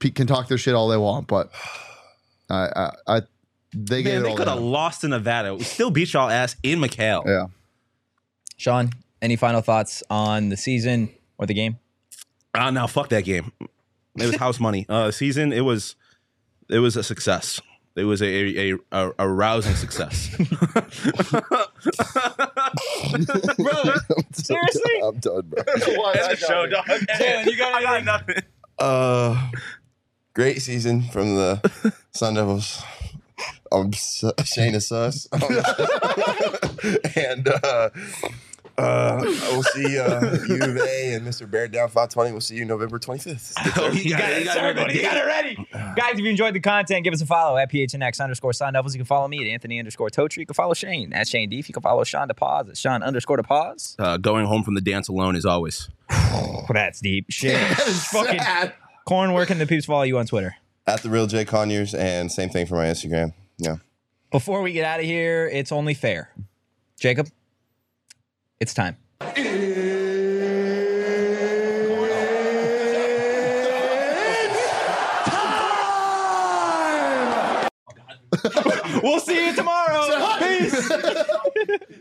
pe- can talk their shit all they want, but I, I, I they get
Man,
it
they
all
could have
had.
lost to Nevada. We still beat y'all ass in McHale.
Yeah.
Sean, any final thoughts on the season or the game?
Ah, no, fuck that game. It was house money. Uh, season. It was, it was a success. It was a a, a, a
[laughs]
rousing success.
Seriously,
I'm done, bro.
That's the show, dog.
Jalen, you got
I got nothing.
Uh, great season from the Sun Devils. I'm su- Shane is sus, [laughs] Um, and uh, uh, we'll see uh, U of A and Mr. Bear down 520. We'll see you November 25th.
You got it,
got it,
everybody. You got it ready. Guys, if you enjoyed the content, give us a follow at PHNX underscore Sun Devils. You can follow me at Anthony underscore Totri. You can follow Shane at Shane Deef. You can follow Sean DePause at Sean underscore DePause.
Uh, going home from the dance alone is always.
Oh, [laughs] that's deep. Shit. Fucking Corn, where can the peeps follow you on Twitter?
At the real Jay Conyers, and same thing for my Instagram. Yeah.
Before we get out of here, it's only fair. Jacob, it's time. We'll see you tomorrow. Peace.